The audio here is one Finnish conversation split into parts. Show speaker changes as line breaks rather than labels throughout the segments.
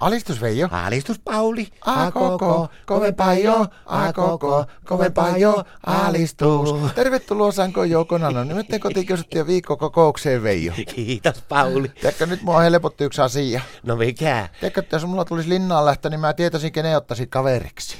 Alistus Veijo.
Alistus Pauli,
A koko, kovempaa jo, a koko, kovempaa jo, alistus. Tervetuloa Sanko Joukona, no nyt kotikiusattiin viikkokokoukseen Veijo.
Kiitos Pauli.
Tiedätkö, nyt mua helpotti yksi asia.
No mikä?
Tiedätkö, että jos mulla tulisi linnaan lähtö, niin mä tietäisin, kenen ottaisin kaveriksi.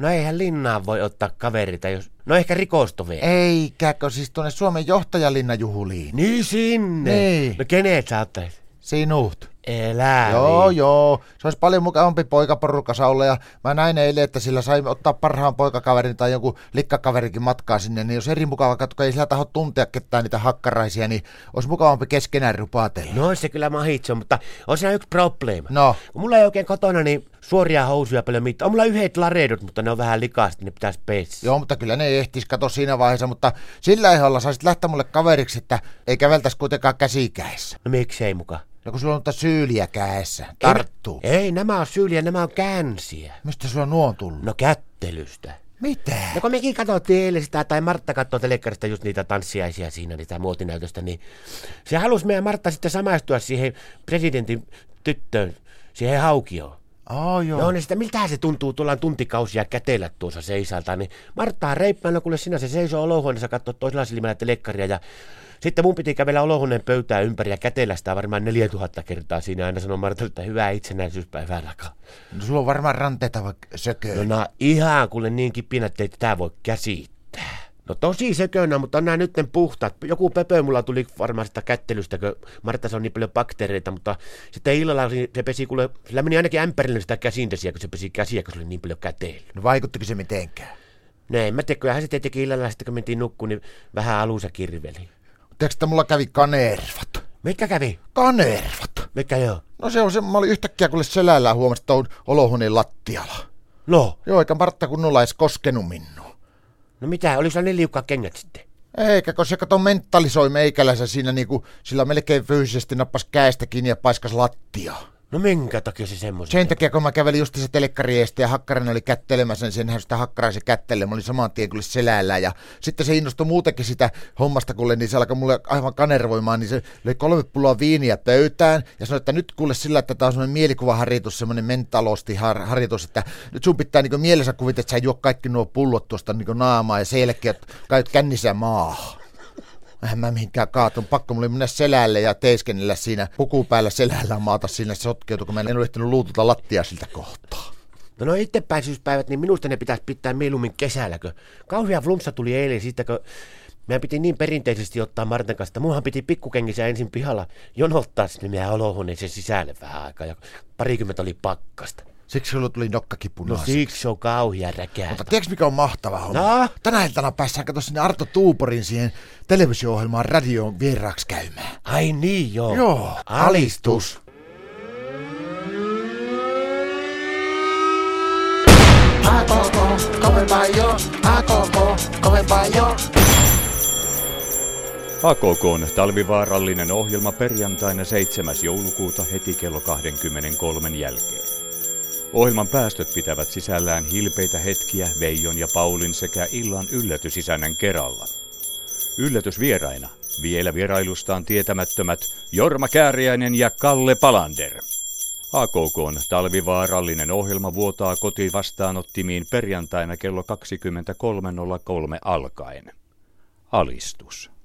No eihän linnaan voi ottaa kaverita, jos... No ehkä rikostoveen.
Eikäkö siis tuonne Suomen johtajalinnajuhuliin?
Niin sinne.
Niin.
No kenet sä ottaisit?
Sinut.
Elää. niin.
Joo, joo. Se olisi paljon mukavampi poikaporukassa olla ja mä näin eilen, että sillä sai ottaa parhaan poikakaverin tai jonkun likkakaverinkin matkaa sinne, niin jos eri mukava katko, ei sillä taho tuntea ketään niitä hakkaraisia, niin olisi mukavampi keskenään rupaatella.
No ois se kyllä mahitso, mutta on siinä yksi probleema.
No,
Kun mulla ei oikein kotona niin suoria housuja paljon mitään. On mulla yhdet laredut, mutta ne on vähän likaasti, ne pitäisi pessä.
joo, mutta kyllä ne ei ehtis kato siinä vaiheessa, mutta sillä ehdolla saisit lähteä mulle kaveriksi, että ei käveltäisi kuitenkaan käsikäessä.
No miksei muka?
No kun sulla on noita syyliä käessä, tarttuu.
Ei, ei, nämä on syyliä, nämä on känsiä.
Mistä sulla nuo on tullut?
No kättelystä.
Mitä?
No kun mekin katsottiin eilen sitä, tai Martta katsoi telekkarista just niitä tanssiaisia siinä, niitä muotinäytöstä, niin se halusi meidän Martta sitten samaistua siihen presidentin tyttöön, siihen haukioon.
Aa, joo.
No niin sitä, miltä se tuntuu tuolla tuntikausia kätellä tuossa seisalta, niin Martta reippäänä, kuule sinä se seisoo olohuoneessa katsoa toisella silmällä telekkaria ja sitten mun piti kävellä olohuoneen pöytää ympäri ja kätellä sitä varmaan 4000 kertaa siinä aina sanoi Martalle, että hyvää itsenäisyyspäivää rakaa.
No, sulla on varmaan ranteita vaikka sököä.
niin. No nää ihan kuule niin kipinä, että ei tätä voi käsittää. No tosi sekönä, mutta on nää nytten puhtaat. Joku pöpö mulla tuli varmaan sitä kättelystä, kun Martta on niin paljon bakteereita, mutta sitten illalla se pesi kuule, sillä meni ainakin ämpärille sitä käsintesiä, kun se pesi käsiä, kun se oli niin paljon käteillä.
No vaikuttiko se mitenkään?
No en mä tiedä, kyllähän se tietenkin illalla sitten kun mentiin nukkuun, niin vähän alussa kirveli.
Tiedätkö, että mulla kävi kanervat?
Mitkä kävi?
Kanervat?
Mitkä joo?
No se on se, mä olin yhtäkkiä kuule selällään huomasin, että on olohuoneen lattialla.
No,
Joo, eikä Martta kunnolla edes koskenut minua.
no mitä, oliko ne liukkaat kengät sitten?
Eikä, kun se kato mentalisoi meikäläisen siinä niinku, sillä melkein fyysisesti nappas käestä kiinni ja paiskas lattiaa.
No minkä takia se semmoisen?
Sen takia, kun mä kävelin just se telekkari eestä ja hakkarinen oli kättelemässä, niin senhän sitä hakkaraisen kättele. Mä olin saman tien kyllä selällä ja sitten se innostui muutenkin sitä hommasta, kuule, niin se alkoi mulle aivan kanervoimaan, niin se löi kolme pulloa viiniä pöytään ja sanoi, että nyt kuule sillä, että tämä on semmoinen mielikuvaharjoitus, semmoinen mentalosti har- harjoitus, että nyt sun pitää niin mielessä kuvitella, että sä juo kaikki nuo pullot tuosta niin naamaa ja selkeät, käyt kännissä maahan. Eihän mä mihinkään kaatun. Pakko mulla oli mennä selälle ja teiskennellä siinä puku päällä selällä maata sinne sotkeutu, kun mä en yrittänyt luutulta lattia siltä kohtaa.
No no itsepäisyyspäivät, niin minusta ne pitäisi pitää mieluummin kesällä, kun kauhea flunssa tuli eilen siitä, kun meidän piti niin perinteisesti ottaa Martin kanssa, että munhan piti pikkukengissä ensin pihalla jonottaa sinne meidän olohuoneeseen sisälle vähän aikaa, ja parikymmentä oli pakkasta.
Siksi sulla tuli nokkakipu
No
no, si-
siksi on kauhea räkää.
Mutta tiedätkö mikä on mahtava homma?
No?
Tänä iltana päästään kato sinne Arto Tuuporin siihen televisio-ohjelmaan radioon vieraaksi käymään.
Ai niin joo.
Joo,
Alistus.
A koko, kovempaa jo, a koko, kovempaa jo.
AKK on talvivaarallinen ohjelma perjantaina 7. joulukuuta heti kello 23 jälkeen. Ohjelman päästöt pitävät sisällään hilpeitä hetkiä Veijon ja Paulin sekä illan yllätysisännän kerralla. Yllätysvieraina vielä vierailustaan tietämättömät Jorma Kääriäinen ja Kalle Palander. AKK on talvivaarallinen ohjelma vuotaa kotiin vastaanottimiin perjantaina kello 23.03 alkaen. Alistus.